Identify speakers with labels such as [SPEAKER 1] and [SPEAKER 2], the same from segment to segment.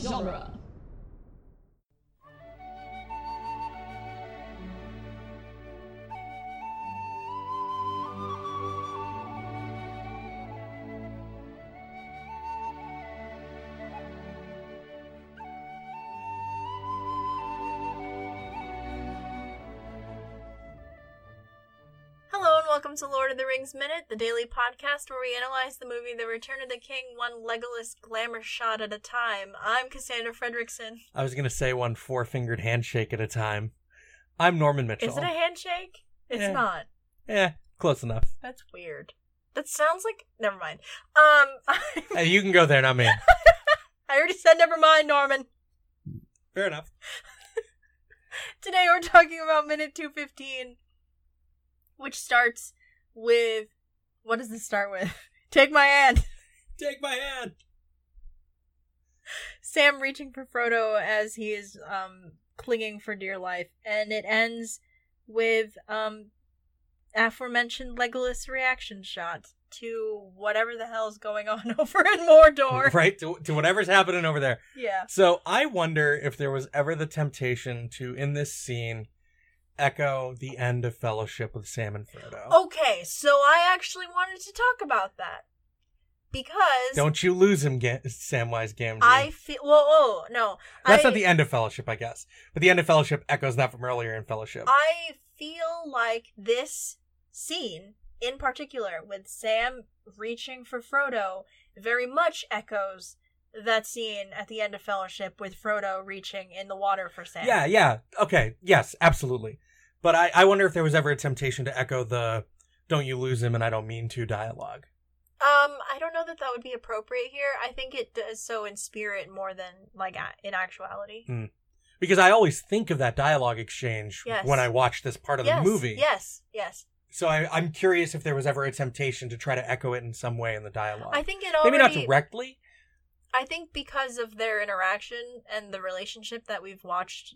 [SPEAKER 1] genre.
[SPEAKER 2] Hello and welcome to Lord of the Rings Minute, the daily podcast where we analyze the movie The Return of the King one Legolas glamour shot at a time. I'm Cassandra Fredrickson.
[SPEAKER 3] I was gonna say one four fingered handshake at a time. I'm Norman Mitchell.
[SPEAKER 2] Is it a handshake? It's
[SPEAKER 3] Yeah.
[SPEAKER 2] not.
[SPEAKER 3] Eh, close enough.
[SPEAKER 2] That's weird. That sounds like never mind. Um
[SPEAKER 3] Hey, you can go there, not me.
[SPEAKER 2] I already said never mind, Norman.
[SPEAKER 3] Fair enough.
[SPEAKER 2] Today we're talking about minute 215 which starts with what does this start with? Take my hand.
[SPEAKER 3] Take my hand.
[SPEAKER 2] Sam reaching for Frodo as he is um clinging for dear life, and it ends with um aforementioned Legolas reaction shot to whatever the hell's going on over in Mordor.
[SPEAKER 3] Right to, to whatever's happening over there.
[SPEAKER 2] Yeah.
[SPEAKER 3] So I wonder if there was ever the temptation to, in this scene, echo the end of Fellowship with Sam and Frodo.
[SPEAKER 2] Oh, Okay, so I actually wanted to talk about that because
[SPEAKER 3] Don't you lose him, Ga- Samwise Gamgee.
[SPEAKER 2] I feel. Well, oh no,
[SPEAKER 3] That's
[SPEAKER 2] I,
[SPEAKER 3] not the end of Fellowship, I guess. But the end of Fellowship echoes that from earlier in Fellowship.
[SPEAKER 2] I feel like this scene in particular with Sam reaching for Frodo very much echoes that scene at the end of Fellowship with Frodo reaching in the water for Sam.
[SPEAKER 3] Yeah, yeah. Okay. Yes, absolutely. But I, I wonder if there was ever a temptation to echo the don't you lose him and I don't mean to dialogue.
[SPEAKER 2] Um, I don't know that that would be appropriate here. I think it does so in spirit more than like a- in actuality.
[SPEAKER 3] Because I always think of that dialogue exchange
[SPEAKER 2] Yes.
[SPEAKER 3] when I watch this part of
[SPEAKER 2] yes,
[SPEAKER 3] the movie.
[SPEAKER 2] Yes. Yes.
[SPEAKER 3] So I, I'm curious if there was ever a temptation to try to echo it in some way in the dialogue.
[SPEAKER 2] I think it already.
[SPEAKER 3] Maybe not directly.
[SPEAKER 2] I think because of their interaction and the relationship that we've watched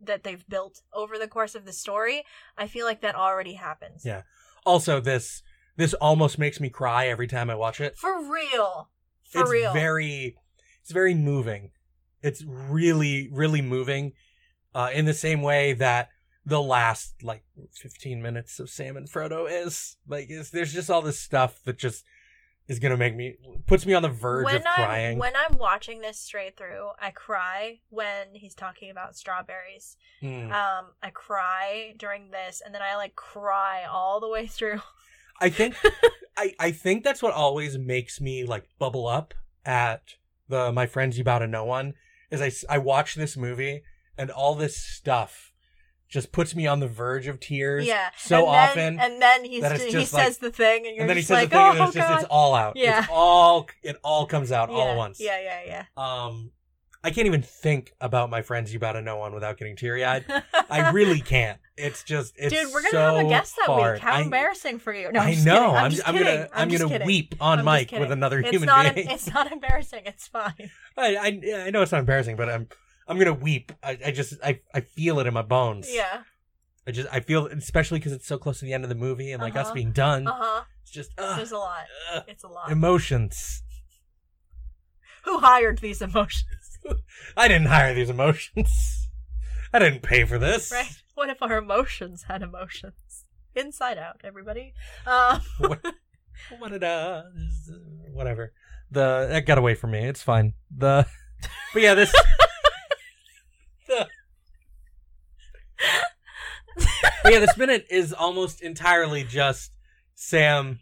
[SPEAKER 2] that they've built over the course of the story, I feel like that already happens.
[SPEAKER 3] Yeah. Also, this this almost makes me cry every time I watch it.
[SPEAKER 2] For real. For
[SPEAKER 3] it's
[SPEAKER 2] real.
[SPEAKER 3] very it's very moving it's really really moving uh in the same way that the last like 15 minutes of sam and frodo is like is there's just all this stuff that just is gonna make me puts me on the verge
[SPEAKER 2] when
[SPEAKER 3] of crying
[SPEAKER 2] I'm when I'm watching this straight through, I cry when he's talking about strawberries.
[SPEAKER 3] Mm.
[SPEAKER 2] Um, I cry during this, and then I like cry all the way through.
[SPEAKER 3] i think i i think that's what always makes me like bubble up at the my friends you bow to no one is i s- i watch this movie and all this stuff just puts me on the verge of tears
[SPEAKER 2] yeah.
[SPEAKER 3] so
[SPEAKER 2] and
[SPEAKER 3] often
[SPEAKER 2] then, and then he's
[SPEAKER 3] that it's
[SPEAKER 2] ju- he
[SPEAKER 3] just
[SPEAKER 2] says the thing, and you're
[SPEAKER 3] and then he
[SPEAKER 2] just
[SPEAKER 3] says
[SPEAKER 2] like,
[SPEAKER 3] the thing, and
[SPEAKER 2] oh
[SPEAKER 3] it's just
[SPEAKER 2] god.
[SPEAKER 3] it's all out.
[SPEAKER 2] Yeah.
[SPEAKER 3] It's all it all comes out all
[SPEAKER 2] Yeah,
[SPEAKER 3] at once.
[SPEAKER 2] Yeah, yeah, yeah.
[SPEAKER 3] Um, I can't even think about my friends you bow to no one without getting teary eyed. I really can't. It's just it's
[SPEAKER 2] Dude, we're gonna
[SPEAKER 3] so
[SPEAKER 2] have a guest that
[SPEAKER 3] hard.
[SPEAKER 2] week. How
[SPEAKER 3] I,
[SPEAKER 2] embarrassing for you! No, I'm
[SPEAKER 3] I
[SPEAKER 2] just
[SPEAKER 3] know.
[SPEAKER 2] kidding. I'm,
[SPEAKER 3] I'm,
[SPEAKER 2] just
[SPEAKER 3] I'm
[SPEAKER 2] kidding.
[SPEAKER 3] gonna I'm,
[SPEAKER 2] just
[SPEAKER 3] gonna
[SPEAKER 2] kidding.
[SPEAKER 3] weep on
[SPEAKER 2] I'm just
[SPEAKER 3] mic
[SPEAKER 2] kidding.
[SPEAKER 3] with another
[SPEAKER 2] It's
[SPEAKER 3] human
[SPEAKER 2] not em-
[SPEAKER 3] being.
[SPEAKER 2] it's not embarrassing. It's fine.
[SPEAKER 3] I, I yeah, I know it's not embarrassing, but I'm I'm gonna weep. I, I just I, I feel it in my bones.
[SPEAKER 2] Yeah.
[SPEAKER 3] I just I feel especially because it's so close to the end of the movie and like us
[SPEAKER 2] Uh-huh.
[SPEAKER 3] being done.
[SPEAKER 2] Uh huh.
[SPEAKER 3] It's just uh,
[SPEAKER 2] There's a lot.
[SPEAKER 3] uh,
[SPEAKER 2] It's a lot.
[SPEAKER 3] emotions.
[SPEAKER 2] Who hired these emotions?
[SPEAKER 3] I didn't hire these emotions. I didn't pay for this.
[SPEAKER 2] Right? What if our emotions had emotions? Inside out, everybody. Um,
[SPEAKER 3] What did, uh, whatever. The that got away from me. It's fine. The but yeah, this. the, but yeah, this minute is almost entirely just Sam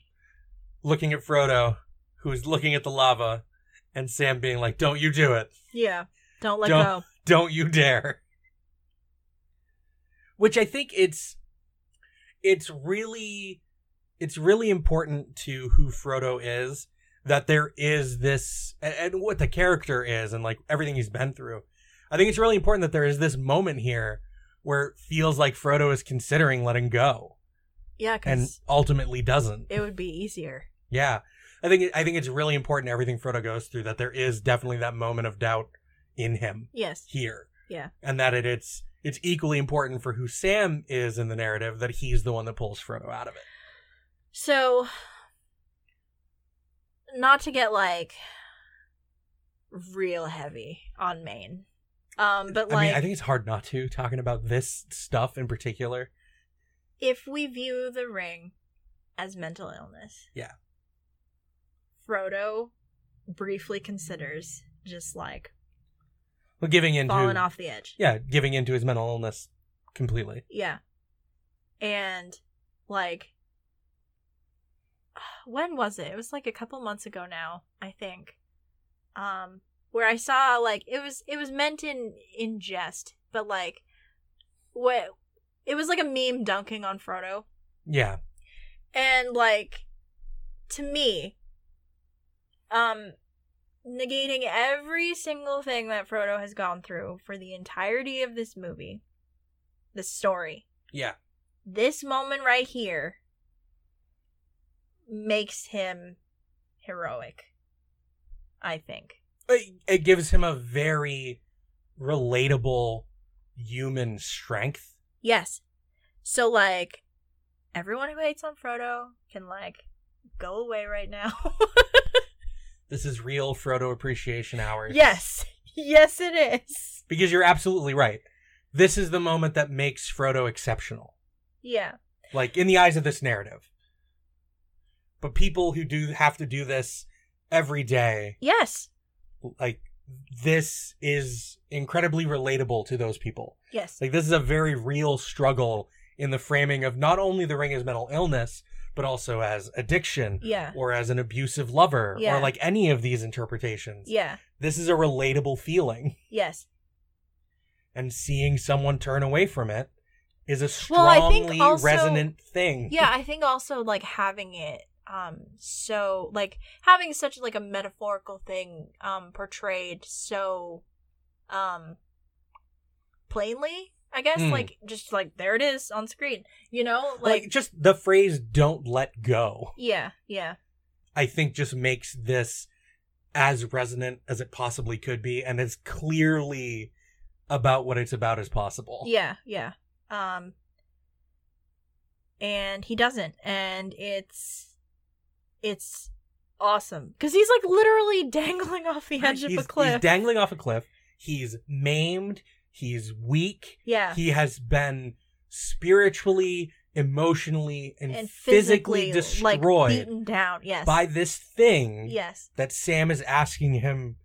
[SPEAKER 3] looking at Frodo, who's looking at the lava, and Sam being like, "Don't you do it."
[SPEAKER 2] yeah. Don't let
[SPEAKER 3] Don't-
[SPEAKER 2] go.
[SPEAKER 3] Don't you dare. Which I think it's it's really it's really important to who Frodo is that there is this and, and what the character is and like everything he's been through. I think it's really important that there is this moment here where it feels like Frodo is considering letting go
[SPEAKER 2] Yeah,
[SPEAKER 3] and
[SPEAKER 2] because
[SPEAKER 3] ultimately doesn't.
[SPEAKER 2] it would be easier.
[SPEAKER 3] Yeah. I think I think it's really important everything Frodo goes through that there is definitely that moment of doubt in him
[SPEAKER 2] Yes.
[SPEAKER 3] here.
[SPEAKER 2] Yeah.
[SPEAKER 3] And that it, it's it's equally important for who Sam is in the narrative that he's the one that pulls Frodo out of it.
[SPEAKER 2] So, not to get like real heavy on Maine. Um, but
[SPEAKER 3] I
[SPEAKER 2] like,
[SPEAKER 3] mean, I think it's hard not to talking about this stuff in particular.
[SPEAKER 2] if we view the ring as mental illness,
[SPEAKER 3] Yeah.
[SPEAKER 2] Frodo briefly considers just like
[SPEAKER 3] Well, giving into
[SPEAKER 2] falling off the edge.
[SPEAKER 3] yeah, giving into his mental illness completely.
[SPEAKER 2] Yeah. And like when was it? It was like a couple months ago now, I think. Um where I saw like it was it was meant in in jest, but like what it was like a meme dunking on Frodo.
[SPEAKER 3] Yeah,
[SPEAKER 2] And like to me um negating every single thing that Frodo has gone through for the entirety of this movie, this story
[SPEAKER 3] yeah,
[SPEAKER 2] this moment right here makes him heroic. I think.
[SPEAKER 3] but it gives him a very relatable human strength.
[SPEAKER 2] Yes. So like everyone who hates on Frodo can like go away right now.
[SPEAKER 3] This is real Frodo appreciation hour.
[SPEAKER 2] yes. Yes it is.
[SPEAKER 3] because you're absolutely right. This is the moment that makes Frodo exceptional.
[SPEAKER 2] Yeah.
[SPEAKER 3] like in the eyes of this narrative. But people who do have to do this every day,
[SPEAKER 2] Yes.
[SPEAKER 3] like this is incredibly relatable to those people.
[SPEAKER 2] Yes.
[SPEAKER 3] Like this is a very real struggle in the framing of not only the ring as mental illness, but also as addiction
[SPEAKER 2] Yeah.
[SPEAKER 3] or as an abusive lover
[SPEAKER 2] Yeah.
[SPEAKER 3] or like any of these interpretations.
[SPEAKER 2] Yeah.
[SPEAKER 3] This is a relatable feeling
[SPEAKER 2] Yes.
[SPEAKER 3] and seeing someone turn away from it is a
[SPEAKER 2] Well,
[SPEAKER 3] strongly
[SPEAKER 2] I think also-
[SPEAKER 3] resonant thing.
[SPEAKER 2] yeah i think also like having it um so like having such like a metaphorical thing um portrayed so um plainly i guess
[SPEAKER 3] Mm.
[SPEAKER 2] like just like there it is on screen you know
[SPEAKER 3] like,
[SPEAKER 2] like,
[SPEAKER 3] just the phrase don't let go
[SPEAKER 2] yeah yeah
[SPEAKER 3] i think just makes this as resonant as it possibly could be and as clearly about what it's about as possible
[SPEAKER 2] yeah yeah um and he doesn't and it's it's awesome because he's like literally dangling off the edge of
[SPEAKER 3] he's,
[SPEAKER 2] a cliff
[SPEAKER 3] he's dangling off a cliff he's maimed he's weak
[SPEAKER 2] yeah
[SPEAKER 3] he has been spiritually emotionally and,
[SPEAKER 2] like,
[SPEAKER 3] physically, destroyed
[SPEAKER 2] beaten down. Yes,
[SPEAKER 3] by this thing
[SPEAKER 2] yes,
[SPEAKER 3] that sam is asking him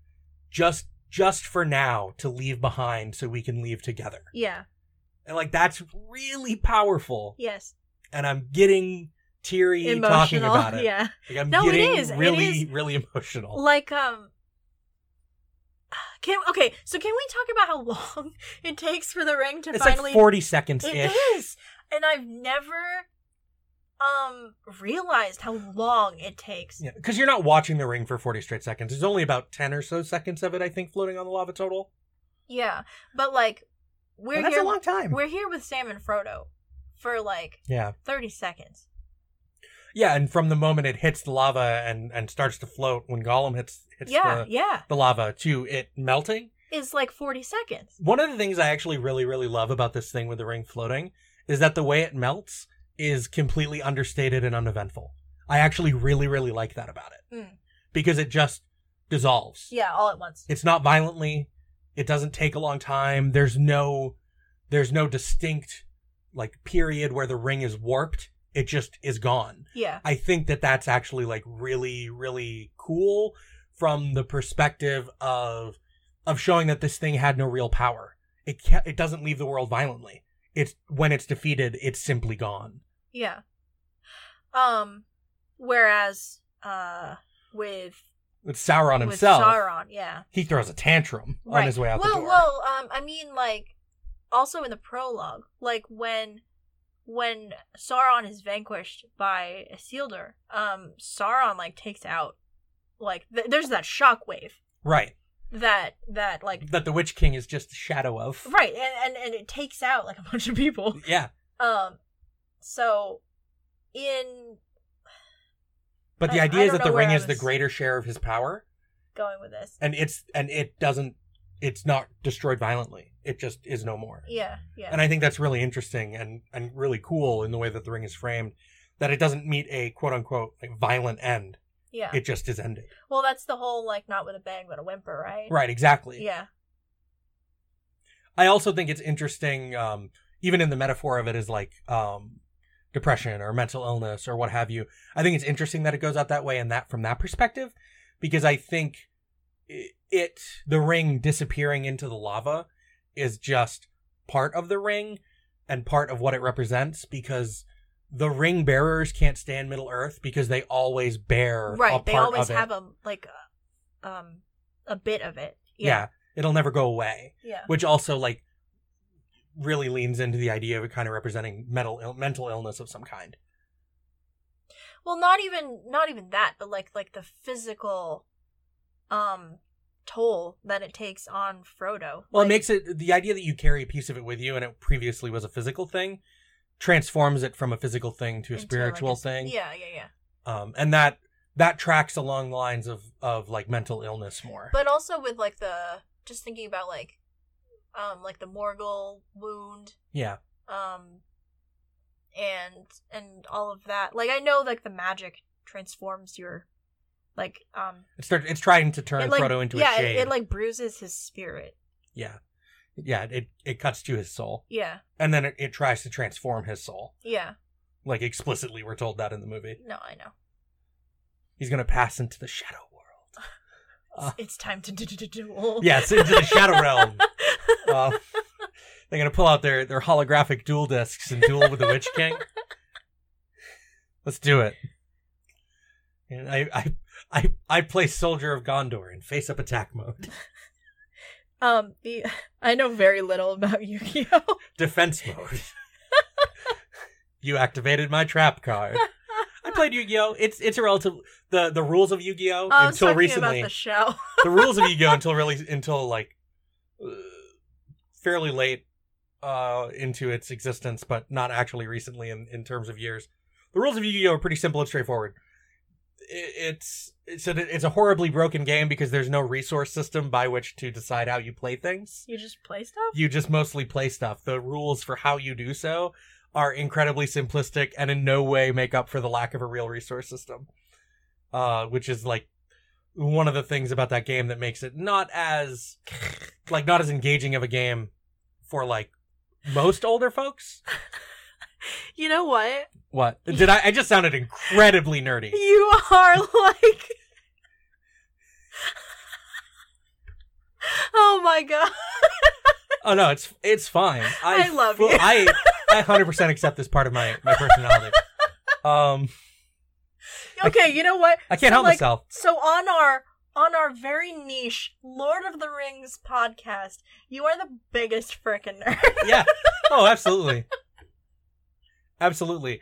[SPEAKER 3] just just for now to leave behind so we can leave together
[SPEAKER 2] yeah,
[SPEAKER 3] And like that's really powerful.
[SPEAKER 2] yes.
[SPEAKER 3] And I'm getting teary
[SPEAKER 2] Emotional,
[SPEAKER 3] talking about it.
[SPEAKER 2] yeah.
[SPEAKER 3] Like I'm
[SPEAKER 2] No, it
[SPEAKER 3] getting
[SPEAKER 2] is. It
[SPEAKER 3] really,
[SPEAKER 2] is.
[SPEAKER 3] really emotional.
[SPEAKER 2] Like um, can okay. So can we talk about how long it takes for the ring to
[SPEAKER 3] it's
[SPEAKER 2] finally?
[SPEAKER 3] like 40 seconds
[SPEAKER 2] It
[SPEAKER 3] ish.
[SPEAKER 2] is, and I've never um realized how long it takes.
[SPEAKER 3] Because you're not watching the ring for 40 straight seconds. There's only about 10 or so seconds of it, I think, floating on the lava total.
[SPEAKER 2] Yeah, but like we're
[SPEAKER 3] And that's
[SPEAKER 2] here.
[SPEAKER 3] a long time.
[SPEAKER 2] We're here with Sam and Frodo for like
[SPEAKER 3] Yeah.
[SPEAKER 2] thirty seconds.
[SPEAKER 3] Yeah. And from the moment it hits the lava and, and starts to float when Gollum hits, hits
[SPEAKER 2] yeah,
[SPEAKER 3] the,
[SPEAKER 2] yeah.
[SPEAKER 3] the lava to it melting,
[SPEAKER 2] It's like forty seconds.
[SPEAKER 3] One of the things I actually really, really love about this thing with the ring floating is that the way it melts is completely understated and uneventful. I actually really, really like that about it
[SPEAKER 2] Mm.
[SPEAKER 3] because it just dissolves.
[SPEAKER 2] Yeah, all at once.
[SPEAKER 3] It's not violently. It doesn't take a long time. There's no, there's no distinct like period where the ring is warped. It just is gone.
[SPEAKER 2] Yeah.
[SPEAKER 3] I think that that's actually like really, really cool from the perspective of of showing that this thing had no real power. It ca it doesn't leave the world violently. It's when it's defeated, it's simply gone.
[SPEAKER 2] Yeah. Um whereas uh with
[SPEAKER 3] With Sauron
[SPEAKER 2] with
[SPEAKER 3] himself,
[SPEAKER 2] Sauron, yeah.
[SPEAKER 3] he throws a tantrum on his way out
[SPEAKER 2] well,
[SPEAKER 3] the door.
[SPEAKER 2] Well, um I mean like also in the prologue, like when when Sauron is vanquished by Isildur, um Sauron like takes out like th- there's that shockwave
[SPEAKER 3] Right,
[SPEAKER 2] that that like
[SPEAKER 3] that the Witch King is just a shadow of.
[SPEAKER 2] right and, and and it takes out like a bunch of people.
[SPEAKER 3] Yeah,
[SPEAKER 2] Um so in
[SPEAKER 3] but the
[SPEAKER 2] I-
[SPEAKER 3] idea
[SPEAKER 2] I
[SPEAKER 3] is
[SPEAKER 2] don't
[SPEAKER 3] that
[SPEAKER 2] know
[SPEAKER 3] the
[SPEAKER 2] where
[SPEAKER 3] ring
[SPEAKER 2] I
[SPEAKER 3] is the
[SPEAKER 2] was-
[SPEAKER 3] greater share of his power,
[SPEAKER 2] going with this.
[SPEAKER 3] and it's and it doesn't. It's not destroyed violently. It just is no more.
[SPEAKER 2] Yeah, yeah.
[SPEAKER 3] And I think that's really interesting and, and really cool in the way that the ring is framed, that it doesn't meet a quote unquote like violent end.
[SPEAKER 2] Yeah.
[SPEAKER 3] It just is ended.
[SPEAKER 2] well, that's the whole like not with a bang but a whimper, right?
[SPEAKER 3] Right, exactly.
[SPEAKER 2] Yeah.
[SPEAKER 3] I also think it's interesting, um, even in the metaphor of it is like um, depression or mental illness or what have you. I think it's interesting that it goes out that way and that from that perspective, because I think i- it the ring disappearing into the lava is just part of the ring and part of what it represents because the ring bearers can't stand Middle Earth because they always bear a
[SPEAKER 2] Right. They
[SPEAKER 3] part
[SPEAKER 2] always
[SPEAKER 3] of it.
[SPEAKER 2] have a like a, um a bit of it.
[SPEAKER 3] yeah, it'll never go away.
[SPEAKER 2] Yeah.
[SPEAKER 3] which also like really leans into the idea of it kind of representing mental Ill- mental illness of some kind.
[SPEAKER 2] well not even not even that but like like the physical um toll that it takes on frodo
[SPEAKER 3] Well,
[SPEAKER 2] Like,
[SPEAKER 3] it makes it the idea that you carry a piece of it with you, and it previously was a physical thing, transforms it from a physical thing
[SPEAKER 2] into,
[SPEAKER 3] to a
[SPEAKER 2] like,
[SPEAKER 3] spiritual
[SPEAKER 2] a-
[SPEAKER 3] thing.
[SPEAKER 2] yeah yeah yeah
[SPEAKER 3] Um, and that that tracks along the lines of of like mental illness more.
[SPEAKER 2] but also with like the just thinking about like um like the morgul wound
[SPEAKER 3] yeah,
[SPEAKER 2] um and and all of that like i know like the magic transforms your like um
[SPEAKER 3] it's start, it's trying to turn
[SPEAKER 2] it, like,
[SPEAKER 3] Frodo into
[SPEAKER 2] yeah
[SPEAKER 3] a shade.
[SPEAKER 2] It, it like bruises his spirit
[SPEAKER 3] yeah, yeah, it it cuts to his soul,
[SPEAKER 2] yeah
[SPEAKER 3] and then it, it tries to transform his soul.
[SPEAKER 2] yeah
[SPEAKER 3] Like explicitly, we're told that in the movie.
[SPEAKER 2] no i know
[SPEAKER 3] He's gonna pass into the shadow world. Uh.
[SPEAKER 2] it's time to do do do
[SPEAKER 3] Yes, into the shadow realm. Uh, they're gonna pull out their their holographic duel discs and duel with the Witch King. Let's do it. And I I I I play Soldier of Gondor in face up attack mode,
[SPEAKER 2] Um, the I know very little about Yu-Gi-Oh.
[SPEAKER 3] defense mode. you activated my trap card. I played Yu-Gi-Oh. It's it's a relative the the rules of Yu-Gi-Oh
[SPEAKER 2] Oh, I was
[SPEAKER 3] until
[SPEAKER 2] talking
[SPEAKER 3] recently.
[SPEAKER 2] about the show.
[SPEAKER 3] the rules of Yu-Gi-Oh until really until like uh, fairly late uh into its existence, but not actually recently in in terms of years. The rules of Yu-Gi-Oh are pretty simple and straightforward. I- It's it's a, it's a horribly broken game because there's no resource system by which to decide how you play things.
[SPEAKER 2] You just play stuff.
[SPEAKER 3] You just mostly play stuff. The rules for how you do so are incredibly simplistic and in no way make up for the lack of a real resource system. Uh, which is like one of the things about that game that makes it not as like not as engaging of a game for like most older folks.
[SPEAKER 2] You know what?
[SPEAKER 3] What did I? I just sounded incredibly nerdy.
[SPEAKER 2] You are like. oh my god!
[SPEAKER 3] Oh no, it's it's fine.
[SPEAKER 2] I love
[SPEAKER 3] fu-
[SPEAKER 2] you.
[SPEAKER 3] I I hundred percent accept this part of my my personality. Um,
[SPEAKER 2] Okay, you know what?
[SPEAKER 3] I can't
[SPEAKER 2] So,
[SPEAKER 3] help
[SPEAKER 2] like,
[SPEAKER 3] myself.
[SPEAKER 2] So on our on our very niche Lord of the Rings podcast, you are the biggest frickin' nerd.
[SPEAKER 3] yeah. Oh, absolutely. Absolutely.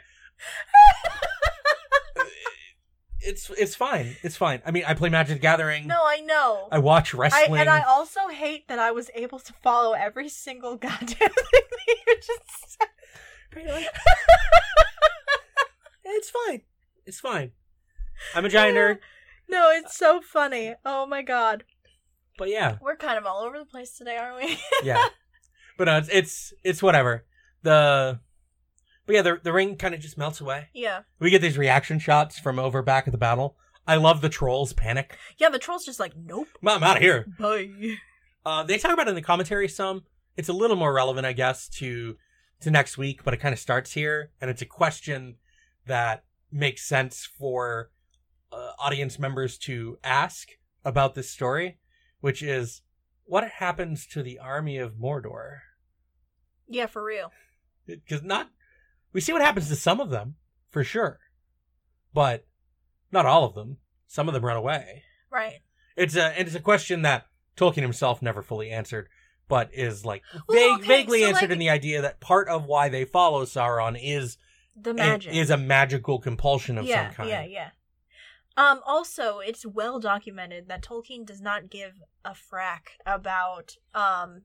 [SPEAKER 3] it's it's fine. It's fine. I mean, I play Magic the Gathering.
[SPEAKER 2] No, I know.
[SPEAKER 3] I watch
[SPEAKER 2] I,
[SPEAKER 3] wrestling.
[SPEAKER 2] and I also hate that I was able to follow every single goddamn thing that you just said.
[SPEAKER 3] it's fine. It's fine. I'm a giant nerd,
[SPEAKER 2] No, it's so funny. Oh my god.
[SPEAKER 3] but yeah,
[SPEAKER 2] We're kind of all over the place today, aren't we?
[SPEAKER 3] yeah. But no, it's it's it's whatever. The but yeah, the the ring kind of just melts away.
[SPEAKER 2] yeah.
[SPEAKER 3] We get these reaction shots from over back of the battle. I love the trolls panic.
[SPEAKER 2] Yeah, the troll's just like, nope.
[SPEAKER 3] I'm out of here.
[SPEAKER 2] Bye.
[SPEAKER 3] Uh, they talk about it in the commentary some. It's a little more relevant, I guess, to to next week, but it kind of starts here, and it's a question that makes sense for uh, audience members to ask about this story, which is what happens to the army of Mordor?
[SPEAKER 2] Yeah, for real.
[SPEAKER 3] Because not we see what happens to some of them for sure, but not all of them. Some of them run away.
[SPEAKER 2] Right.
[SPEAKER 3] It's a and it's a question that Tolkien himself never fully answered, but is like
[SPEAKER 2] Well,
[SPEAKER 3] vague,
[SPEAKER 2] okay,
[SPEAKER 3] vaguely
[SPEAKER 2] so,
[SPEAKER 3] answered
[SPEAKER 2] like-
[SPEAKER 3] in the idea that part of why they follow Sauron is
[SPEAKER 2] The magic.
[SPEAKER 3] is a magical compulsion of
[SPEAKER 2] yeah,
[SPEAKER 3] some kind.
[SPEAKER 2] yeah, yeah. Um, also, it's well documented that Tolkien does not give a frack about um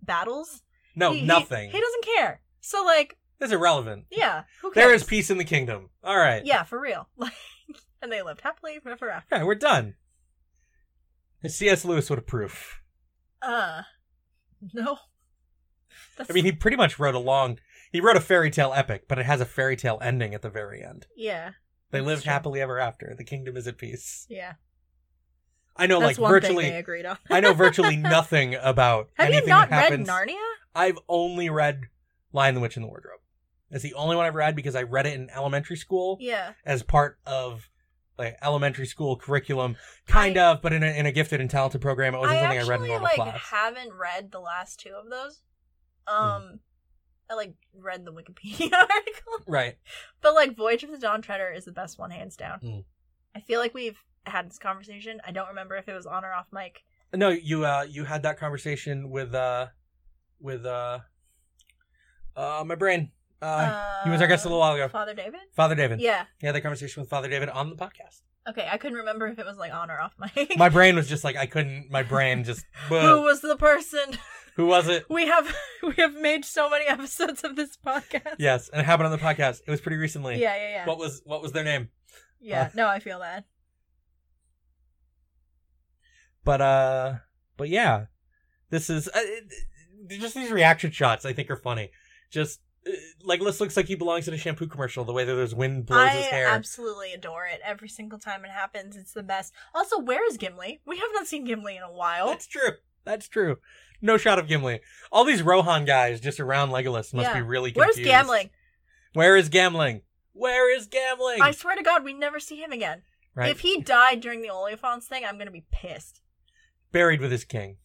[SPEAKER 2] battles.
[SPEAKER 3] No,
[SPEAKER 2] He- he-
[SPEAKER 3] nothing.
[SPEAKER 2] He, doesn't care. So like,
[SPEAKER 3] That's irrelevant.
[SPEAKER 2] yeah, who cares?
[SPEAKER 3] There is peace in the kingdom. All right.
[SPEAKER 2] Yeah, for real. Like, and they lived happily ever after.
[SPEAKER 3] Yeah, we're done. C.S. Lewis would approve.
[SPEAKER 2] Uh, no. That's,
[SPEAKER 3] I mean, he pretty much wrote a long. He wrote a fairy tale epic, but it has a fairy tale ending at the very end.
[SPEAKER 2] yeah.
[SPEAKER 3] They
[SPEAKER 2] That's
[SPEAKER 3] lived
[SPEAKER 2] true.
[SPEAKER 3] happily ever after. The kingdom is at peace.
[SPEAKER 2] Yeah.
[SPEAKER 3] I know,
[SPEAKER 2] That's
[SPEAKER 3] like
[SPEAKER 2] one thing they
[SPEAKER 3] virtually,
[SPEAKER 2] agreed on.
[SPEAKER 3] I know virtually nothing about
[SPEAKER 2] Have you
[SPEAKER 3] anything
[SPEAKER 2] not
[SPEAKER 3] that
[SPEAKER 2] read
[SPEAKER 3] happens.
[SPEAKER 2] Narnia?
[SPEAKER 3] I've only read *Lion, the Witch, and the Wardrobe*. That's the only one I've read because I read it in elementary school
[SPEAKER 2] Yeah.
[SPEAKER 3] as part of like elementary school curriculum, kind of, but in a, in a gifted and talented program. It wasn't
[SPEAKER 2] I
[SPEAKER 3] Oh, something
[SPEAKER 2] actually
[SPEAKER 3] I read in normal
[SPEAKER 2] like
[SPEAKER 3] class. Hmm.
[SPEAKER 2] haven't read the last two of those. Um, I like read the Wikipedia article,
[SPEAKER 3] right.
[SPEAKER 2] but like Voyage of the Dawn Treader is the best one, hands down.
[SPEAKER 3] Mm.
[SPEAKER 2] I feel like we've had this conversation. I don't remember if it was on or off mic.
[SPEAKER 3] No, you uh you had that conversation with uh with uh uh my brain. Uh,
[SPEAKER 2] Uh,
[SPEAKER 3] he was our guest a little while ago.
[SPEAKER 2] Father David.
[SPEAKER 3] Father David.
[SPEAKER 2] Yeah.
[SPEAKER 3] He had that conversation with Father David on the podcast.
[SPEAKER 2] Okay, I couldn't remember if it was like on or off mic.
[SPEAKER 3] My brain was just like I couldn't my brain just
[SPEAKER 2] Who
[SPEAKER 3] whoa,
[SPEAKER 2] was the person?
[SPEAKER 3] who was it?
[SPEAKER 2] We have we have made so many episodes of this podcast.
[SPEAKER 3] Yes, and it happened on the podcast. It was pretty
[SPEAKER 2] Yeah,
[SPEAKER 3] recently.
[SPEAKER 2] yeah, yeah.
[SPEAKER 3] What was what was their name?
[SPEAKER 2] yeah.
[SPEAKER 3] uh,
[SPEAKER 2] no, I feel that.
[SPEAKER 3] But uh but yeah. This is uh, it- it- just these reaction shots I think are funny. Just uh, like this looks like he belongs in a shampoo commercial the way that there's wind blows his
[SPEAKER 2] I
[SPEAKER 3] hair.
[SPEAKER 2] absolutely adore it. Every single time it happens, it's the best. Also, where is Gimli? We have not seen Gimli in a while.
[SPEAKER 3] That's true. That's true. No shot of Gimli. All these Rohan guys just around Legolas must
[SPEAKER 2] Yeah.
[SPEAKER 3] be really
[SPEAKER 2] Where's
[SPEAKER 3] confused.
[SPEAKER 2] gambling?
[SPEAKER 3] Where is gambling? Where is gambling?
[SPEAKER 2] I swear to God, we never see him again.
[SPEAKER 3] right,
[SPEAKER 2] If he died during the Oliphants thing, I'm gonna be pissed.
[SPEAKER 3] buried with his king.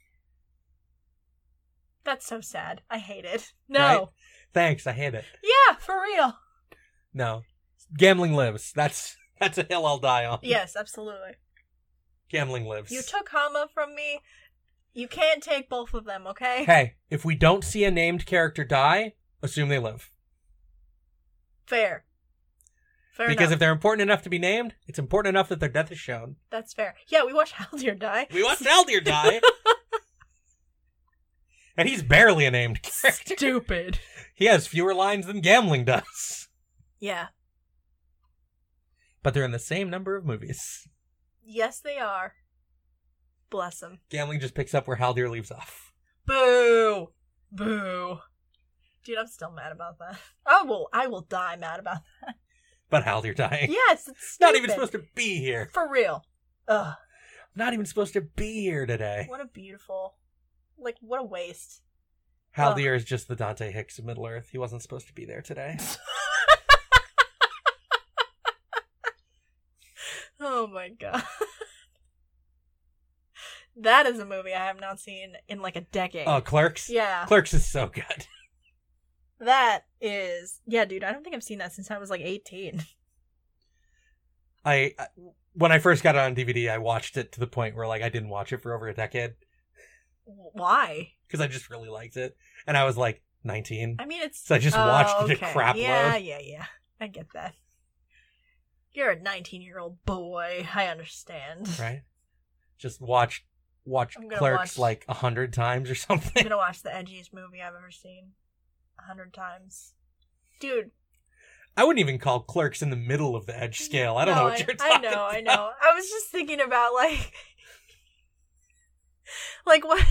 [SPEAKER 2] That's so sad. I hate it. No.
[SPEAKER 3] Right? Thanks, I hate it.
[SPEAKER 2] Yeah, for real.
[SPEAKER 3] No, gambling lives. That's that's a hill I'll die on.
[SPEAKER 2] Yes, absolutely.
[SPEAKER 3] gambling lives.
[SPEAKER 2] You took Hama from me. You can't take both of them, okay?
[SPEAKER 3] hey, if we don't see a named character die, assume they live
[SPEAKER 2] Fair. Fair
[SPEAKER 3] because
[SPEAKER 2] enough.
[SPEAKER 3] if they're important enough to be named, it's important enough that their death is shown.
[SPEAKER 2] That's fair. Yeah, we watched Haldir die.
[SPEAKER 3] We watched Aldir die, and he's barely a named character.
[SPEAKER 2] Stupid.
[SPEAKER 3] He has fewer lines than gambling does.
[SPEAKER 2] Yeah.
[SPEAKER 3] But they're in the same number of movies.
[SPEAKER 2] Yes, they are. Bless them.
[SPEAKER 3] Gambling just picks up where Haldir leaves off.
[SPEAKER 2] Boo. Boo. Dude, I'm still mad about that. I will. I will die mad about that.
[SPEAKER 3] But Haldir dying.
[SPEAKER 2] Yes, it's
[SPEAKER 3] Not even
[SPEAKER 2] stupid.
[SPEAKER 3] supposed to be here.
[SPEAKER 2] For real. Ugh.
[SPEAKER 3] Not even supposed to be here today.
[SPEAKER 2] What a beautiful. Like what a waste.
[SPEAKER 3] Haldir is just the Dante Hicks of Middle Earth. He wasn't supposed to be there today.
[SPEAKER 2] Oh my god. that is a movie I have not seen in like a decade.
[SPEAKER 3] Oh, Clerks?
[SPEAKER 2] yeah.
[SPEAKER 3] Clerks is so good.
[SPEAKER 2] That is. Yeah, dude, I don't think I've seen that since I was like 18.
[SPEAKER 3] I I- when I first got it on DVD, I watched it to the point where like I didn't watch it for over a decade
[SPEAKER 2] Why?
[SPEAKER 3] because I just really liked it, and I was like 19,
[SPEAKER 2] I mean, it's.
[SPEAKER 3] so I just
[SPEAKER 2] Oh,
[SPEAKER 3] watched it a
[SPEAKER 2] okay.
[SPEAKER 3] crap
[SPEAKER 2] Yeah,
[SPEAKER 3] load.
[SPEAKER 2] yeah, yeah. I get that. You're a 19 year old boy. I understand.
[SPEAKER 3] right? Just watched watched
[SPEAKER 2] I'm gonna
[SPEAKER 3] Clerks
[SPEAKER 2] watch-
[SPEAKER 3] like a hundred times or
[SPEAKER 2] I'm
[SPEAKER 3] something.
[SPEAKER 2] gonna watch the edgiest movie I've ever seen a hundred times. Dude,
[SPEAKER 3] I wouldn't even call Clerks in the middle of the edge scale. I don't
[SPEAKER 2] No,
[SPEAKER 3] know what you're
[SPEAKER 2] I
[SPEAKER 3] talking.
[SPEAKER 2] know, I know. I was just thinking about like, like what?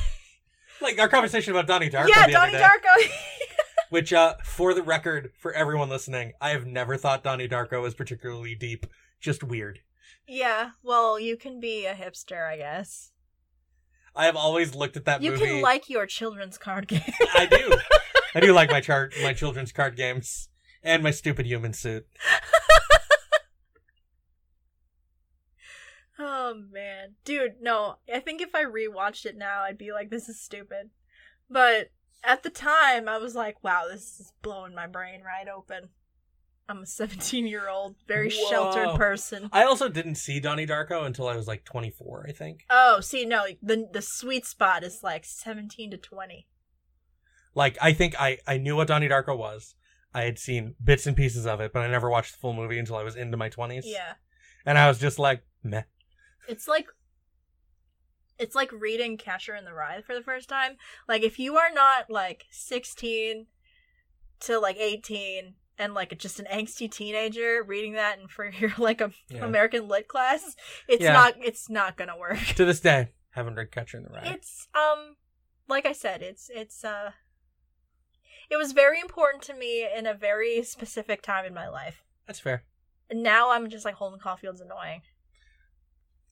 [SPEAKER 3] Like our conversation about Donnie Darko
[SPEAKER 2] yeah,
[SPEAKER 3] the
[SPEAKER 2] Donnie
[SPEAKER 3] other day,
[SPEAKER 2] Darko.
[SPEAKER 3] which uh, for the record, for everyone listening, I have never thought Donnie Darko was particularly deep. Just weird.
[SPEAKER 2] yeah, well, you can be a hipster, I guess.
[SPEAKER 3] I have always looked at that
[SPEAKER 2] You
[SPEAKER 3] movie.
[SPEAKER 2] can like your children's card game.
[SPEAKER 3] I do. I do like my char- my children's card games and my stupid human suit.
[SPEAKER 2] oh man, dude, no. I think if I rewatched it now, I'd be like, this is stupid. But at the time, I was like, wow, this is blowing my brain right open. I'm a 17 year old, very
[SPEAKER 3] Whoa.
[SPEAKER 2] sheltered person.
[SPEAKER 3] I also didn't see Donnie Darko until I was like 24, I think.
[SPEAKER 2] Oh, see, no, the the sweet spot is like seventeen to twenty.
[SPEAKER 3] Like I think I I knew what Donnie Darko was. I had seen bits and pieces of it, but I never watched the full movie until I was into my 20s.
[SPEAKER 2] Yeah,
[SPEAKER 3] And I was just like, meh.
[SPEAKER 2] it's like it's like reading Catcher in the Rye for the first time. Like if you are not like sixteen to like eighteen and like just an angsty teenager reading that and for your like a
[SPEAKER 3] Yeah.
[SPEAKER 2] American lit class, it's
[SPEAKER 3] Yeah.
[SPEAKER 2] not it's not gonna work.
[SPEAKER 3] to this day, haven't read Catcher in the Rye.
[SPEAKER 2] It's um like I said, it's it's uh it was very important to me in a very specific time in my life.
[SPEAKER 3] That's fair.
[SPEAKER 2] now I'm just like Holden Caulfield's annoying.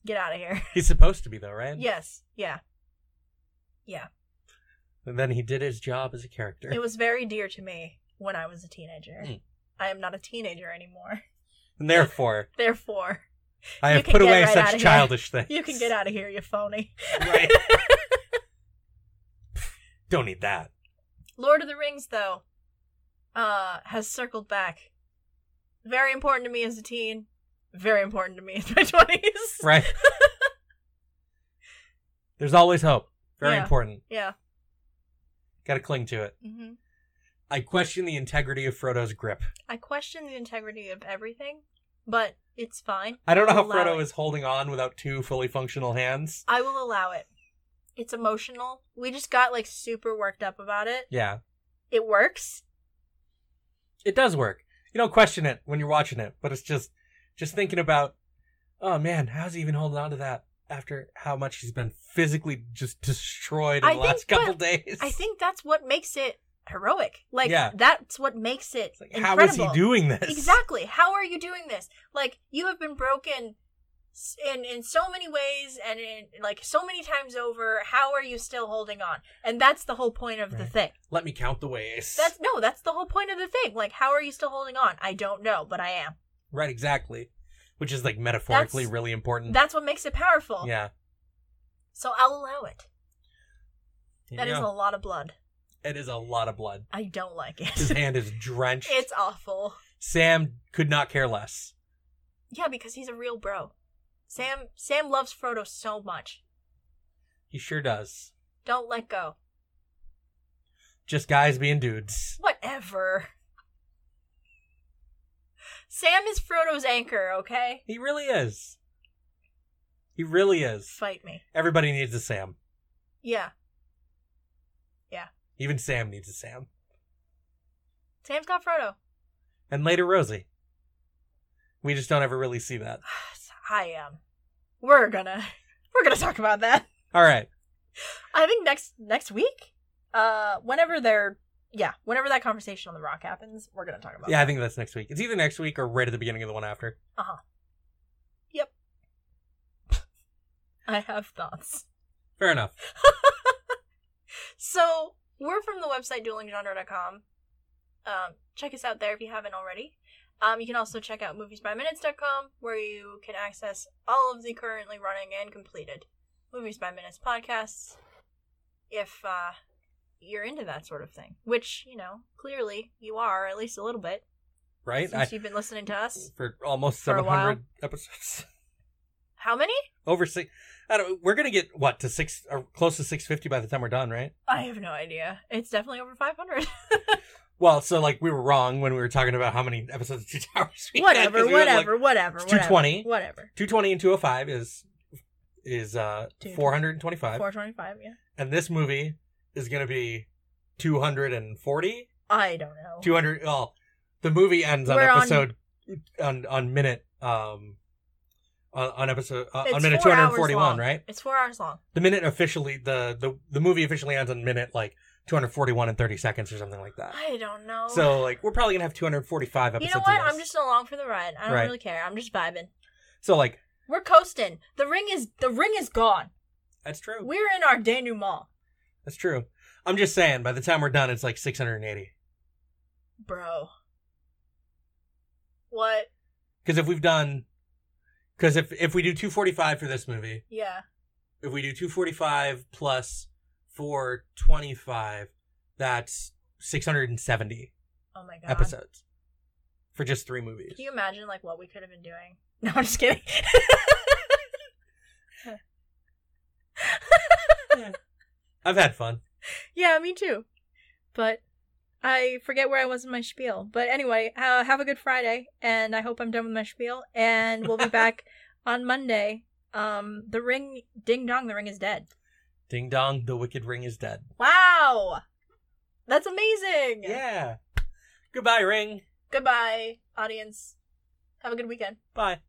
[SPEAKER 2] Get out of here.
[SPEAKER 3] He's supposed to be though, right?
[SPEAKER 2] yes, yeah.
[SPEAKER 3] And then he did his job as a character.
[SPEAKER 2] It was very dear to me when I was a teenager.
[SPEAKER 3] Mm.
[SPEAKER 2] I am not a teenager anymore.
[SPEAKER 3] and therefore,
[SPEAKER 2] Therefore,
[SPEAKER 3] I
[SPEAKER 2] You
[SPEAKER 3] have
[SPEAKER 2] can
[SPEAKER 3] put
[SPEAKER 2] get
[SPEAKER 3] away
[SPEAKER 2] right outta
[SPEAKER 3] such
[SPEAKER 2] here.
[SPEAKER 3] childish things.
[SPEAKER 2] you can get out of here, you phony.
[SPEAKER 3] Right. Don't need that.
[SPEAKER 2] Lord of the Rings, though, uh, has circled back. Very important to me as a teen. Very important to me in my twenties.
[SPEAKER 3] Right. There's always hope. Very
[SPEAKER 2] Yeah.
[SPEAKER 3] important.
[SPEAKER 2] Yeah.
[SPEAKER 3] Got to cling to it.
[SPEAKER 2] hmm
[SPEAKER 3] I question the integrity of Frodo's grip.
[SPEAKER 2] I question the integrity of everything, but it's fine.
[SPEAKER 3] I don't know how
[SPEAKER 2] Allow
[SPEAKER 3] Frodo
[SPEAKER 2] it.
[SPEAKER 3] is holding on without two fully functional hands.
[SPEAKER 2] I will allow it. It's emotional. We just got like super worked up about it.
[SPEAKER 3] Yeah,
[SPEAKER 2] It works.
[SPEAKER 3] it does work. You don't question it when you're watching it, but it's just just thinking about, oh man, how's he even holding on to that after how much he's been physically just destroyed in
[SPEAKER 2] I
[SPEAKER 3] the
[SPEAKER 2] think
[SPEAKER 3] last couple
[SPEAKER 2] what-
[SPEAKER 3] days?
[SPEAKER 2] I think that's what makes it heroic. Like
[SPEAKER 3] Yeah.
[SPEAKER 2] that's what makes it
[SPEAKER 3] It's like, how
[SPEAKER 2] incredible.
[SPEAKER 3] is he doing this?
[SPEAKER 2] Exactly. How are you doing this? Like you have been broken s- in in so many ways and in like so many times over. How are you still holding on? And that's the whole point of the
[SPEAKER 3] Right.
[SPEAKER 2] thing.
[SPEAKER 3] Let me count the ways.
[SPEAKER 2] That's no, that's the whole point of the thing. Like how are you still holding on? I don't know, but I am.
[SPEAKER 3] Right, exactly. Which is like metaphorically
[SPEAKER 2] That's-
[SPEAKER 3] really important.
[SPEAKER 2] That's what makes it powerful.
[SPEAKER 3] Mm. yeah.
[SPEAKER 2] So I'll allow it.
[SPEAKER 3] Here
[SPEAKER 2] That
[SPEAKER 3] you
[SPEAKER 2] is a
[SPEAKER 3] go.
[SPEAKER 2] lot of blood.
[SPEAKER 3] it is a lot of blood.
[SPEAKER 2] I don't like
[SPEAKER 3] His
[SPEAKER 2] it.
[SPEAKER 3] hand is drenched.
[SPEAKER 2] it's awful.
[SPEAKER 3] Sam could not care less.
[SPEAKER 2] Yeah, because he's a real bro. Sam Sam loves Frodo so much.
[SPEAKER 3] He sure does.
[SPEAKER 2] Don't let go.
[SPEAKER 3] Just guys being dudes.
[SPEAKER 2] Whatever. Sam is Frodo's anchor, okay?
[SPEAKER 3] He really is. He really is.
[SPEAKER 2] Fight me.
[SPEAKER 3] Everybody needs a Sam.
[SPEAKER 2] Yeah.
[SPEAKER 3] Even Sam needs a Sam.
[SPEAKER 2] Sam's got Frodo.
[SPEAKER 3] And later Rosie. We just don't ever really see that.
[SPEAKER 2] I am. we're gonna we're gonna talk about that.
[SPEAKER 3] All right.
[SPEAKER 2] I think next next week, uh, whenever they're yeah, whenever that conversation on the rock happens, we're gonna talk about.
[SPEAKER 3] Yeah, I
[SPEAKER 2] that.
[SPEAKER 3] think that's next week. It's either next week or right at the beginning of the one after.
[SPEAKER 2] I have thoughts.
[SPEAKER 3] Fair enough.
[SPEAKER 2] So we're from the website duelinggenre.com. Um, check us out there if you haven't already. Um, you can also check out moviesbyminutes.com where you can access all of the currently running and completed Movies by Minutes podcasts if uh, you're into that sort of thing, which, you know, clearly you are, at least a little bit,
[SPEAKER 3] Right?
[SPEAKER 2] since you've been listening to
[SPEAKER 3] I,
[SPEAKER 2] us.
[SPEAKER 3] for almost
[SPEAKER 2] For a while.
[SPEAKER 3] 700 episodes.
[SPEAKER 2] How many?
[SPEAKER 3] Over six. I don't, we're going to get, what, to six, or close to 650 by the time we're done, right?
[SPEAKER 2] I have no idea. It's definitely over 500.
[SPEAKER 3] Well, so like we were wrong when we were talking about how many episodes of Two Towers. we had, 'cause
[SPEAKER 2] whatever,
[SPEAKER 3] we were like,
[SPEAKER 2] whatever, whatever.
[SPEAKER 3] It's
[SPEAKER 2] whatever,
[SPEAKER 3] 220.
[SPEAKER 2] Whatever.
[SPEAKER 3] 220 and 205 is is uh
[SPEAKER 2] Dude.
[SPEAKER 3] 425
[SPEAKER 2] 425, yeah.
[SPEAKER 3] and this movie is going to be 240
[SPEAKER 2] I don't know.
[SPEAKER 3] 200 well the movie ends on
[SPEAKER 2] We're on-
[SPEAKER 3] episode on on, minute um on, on episode uh, on
[SPEAKER 2] It's
[SPEAKER 3] minute
[SPEAKER 2] four hours
[SPEAKER 3] 241
[SPEAKER 2] long.
[SPEAKER 3] right
[SPEAKER 2] It's four hours long.
[SPEAKER 3] the minute officially the, the the movie officially ends on minute like 241 and 30 seconds or something like that
[SPEAKER 2] I don't know.
[SPEAKER 3] so like we're probably going to have 245
[SPEAKER 2] you
[SPEAKER 3] episodes
[SPEAKER 2] know what?
[SPEAKER 3] of this.
[SPEAKER 2] I'm just along for the ride. I don't
[SPEAKER 3] Right.
[SPEAKER 2] really care. I'm just vibing.
[SPEAKER 3] so like
[SPEAKER 2] We're coasting. The ring is the ring is gone.
[SPEAKER 3] that's true
[SPEAKER 2] We're in our denouement,
[SPEAKER 3] that's true i'm just saying by the time we're done it's like 680
[SPEAKER 2] bro. What?
[SPEAKER 3] because if we've done because if if we do 245 for this movie
[SPEAKER 2] Yeah.
[SPEAKER 3] if we do 245 plus 425 that's 670
[SPEAKER 2] Oh my god.
[SPEAKER 3] episodes for just three movies
[SPEAKER 2] Can you imagine like what we could have been doing? No, I'm just kidding.
[SPEAKER 3] i've had fun
[SPEAKER 2] yeah, me too. But I forget where I was in my spiel. But anyway, uh, have a good Friday, and I hope I'm done with my spiel. And we'll be back on Monday. Um, the ring, ding dong, the ring is dead.
[SPEAKER 3] ding dong the wicked ring is dead
[SPEAKER 2] Wow, that's amazing.
[SPEAKER 3] yeah goodbye ring
[SPEAKER 2] Goodbye, audience. Have a good weekend.
[SPEAKER 3] bye